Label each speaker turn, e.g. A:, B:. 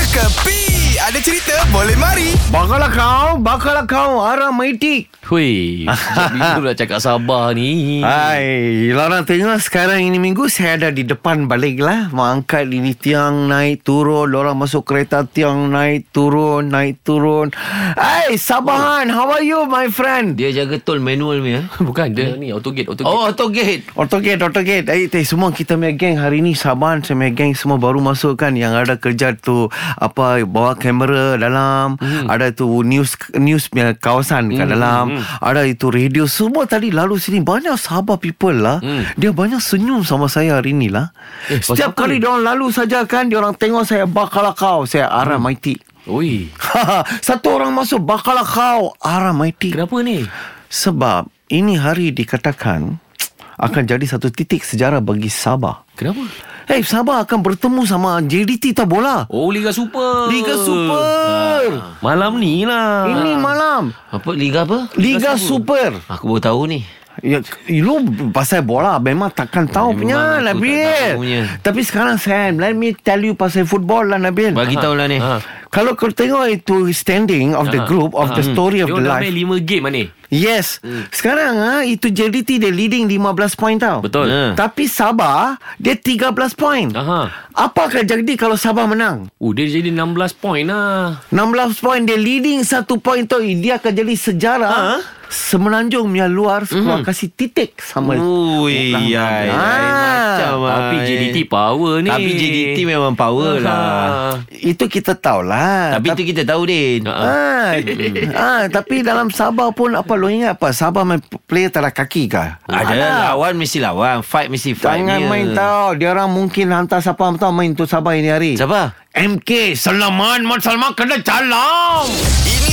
A: Kepi Ada cerita boleh mari
B: Bakalah kau, bakalah kau arah maitik.
C: Hui, sejak minggu nak cakap Sabah ni.
B: Hai, Lorang tengok sekarang ini minggu saya ada di depan balik lah. Mengangkat ini tiang naik turun. Lorang masuk kereta tiang naik turun, naik turun. Hai, Sabahan, how are you my friend?
C: Dia jaga tol manual ni eh. Bukan dia ni auto gate, auto gate. Oh, auto gate.
B: Autogate, autogate. Eh, teh, semua kita punya geng hari ni Sabahan saya punya geng semua baru masuk kan yang ada kerja tu apa bawa kamera dalam, hmm. ada tu news news punya kawasan hmm. kat dalam, hmm. ada itu radio semua tadi lalu sini banyak Sabah people lah. Hmm. Dia banyak senyum sama saya hari ni lah. Eh,
C: Eh,
B: Setiap
C: pasal
B: kali dia orang lalu saja kan dia orang tengok saya bakal kau, saya arah hmm. mighty.
C: Ui,
B: Satu orang masuk bakal lah kau, arah mighty.
C: kenapa ni?
B: Sebab ini hari dikatakan akan jadi satu titik sejarah bagi Sabah.
C: Kenapa?
B: Hey, Sabah akan bertemu sama JDT tak bola.
C: Oh, Liga Super.
B: Liga Super.
C: Ah, malam ni lah.
B: Ini malam
C: Apa Liga apa?
B: Liga Super.
C: Aku baru tahu ni.
B: Ya, lu pasal bola memang takkan tahu
C: Memang
B: punya
C: aku tak
B: Nabil.
C: tahu punya.
B: Tapi sekarang Sam, let me tell you pasal football lah Nabil.
C: Bagi tahu lah ni.
B: Ha. Kalau kau tengok itu standing of the group of the story of
C: Ah.
B: the
C: Dia orang dah
B: life.
C: main 5 game lah ni.
B: Yes.
D: Hmm.
B: Sekarang ah itu JDT dia leading 15 point tau.
C: Betul.
D: Hmm.
B: Ha. Tapi Sabah dia 13 point.
C: Aha.
B: Apa akan jadi kalau Sabah menang?
C: Oh, dia jadi 16 point lah.
B: 16 point dia leading satu point tu dia akan jadi sejarah. Ha? Semenanjung punya luar mm. kasih titik sama
D: Mhm. Ui,
B: Ulang-
D: ay,
B: Ah.
D: ay, macam ah.
C: Tapi
D: ay.
C: JDT power ni.
D: Tapi JDT memang power lah.
C: Ah.
B: Ha. Itu kita tahulah.
D: Tapi tu kita tahu Din.
C: Ah.
B: Ah, ah, tapi dalam Sabah pun apa lo ingat apa? Sabah main player tarik kaki kah?
D: Ada lah. lawan mesti lawan, fight mesti fight.
B: Jangan
D: dia.
B: main tau. Dia orang mungkin hantar siapa tahu main tu Sabah ini hari.
D: Siapa?
B: MK Salaman Mat Salman kena jalan.
A: Ini